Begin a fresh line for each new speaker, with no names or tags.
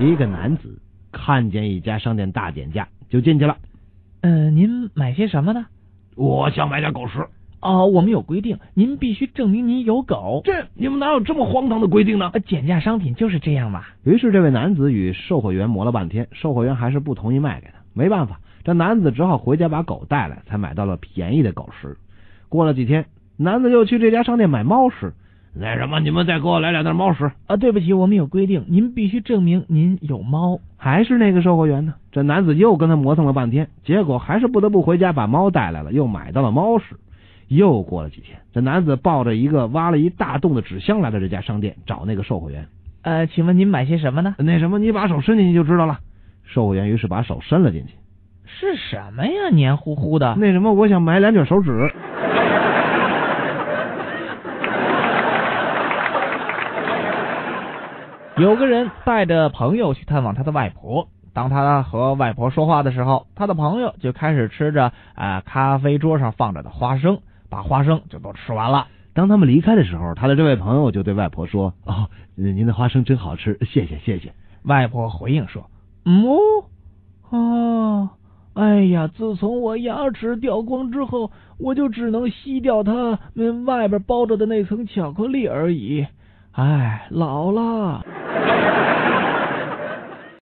一个男子看见一家商店大减价，就进去了。
呃，您买些什么呢？
我想买点狗食，
哦，我们有规定，您必须证明您有狗。
这你们哪有这么荒唐的规定呢？
呃，减价商品就是这样嘛。
于是，这位男子与售货员磨了半天，售货员还是不同意卖给他。没办法，这男子只好回家把狗带来，才买到了便宜的狗食。过了几天，男子又去这家商店买猫食。那什么，你们再给我来两袋猫食。
啊，对不起，我们有规定，您必须证明您有猫。
还是那个售货员呢？这男子又跟他磨蹭了半天，结果还是不得不回家把猫带来了，又买到了猫食。又过了几天，这男子抱着一个挖了一大洞的纸箱来到这家商店找那个售货员。
呃，请问您买些什么呢？
那什么，你把手伸进去就知道了。售货员于是把手伸了进去。
是什么呀？黏糊糊的。
那什么，我想买两卷手指。
有个人带着朋友去探望他的外婆。当他和外婆说话的时候，他的朋友就开始吃着啊、呃咖啡桌上放着的花生，把花生就都吃完了。
当他们离开的时候，他的这位朋友就对外婆说：“哦，您的花生真好吃，谢谢谢谢。
外婆回应说：“嗯哦，哦，哎呀，自从我牙齿掉光之后，我就只能吸掉它们外边包着的那层巧克力而已。哎，老了。”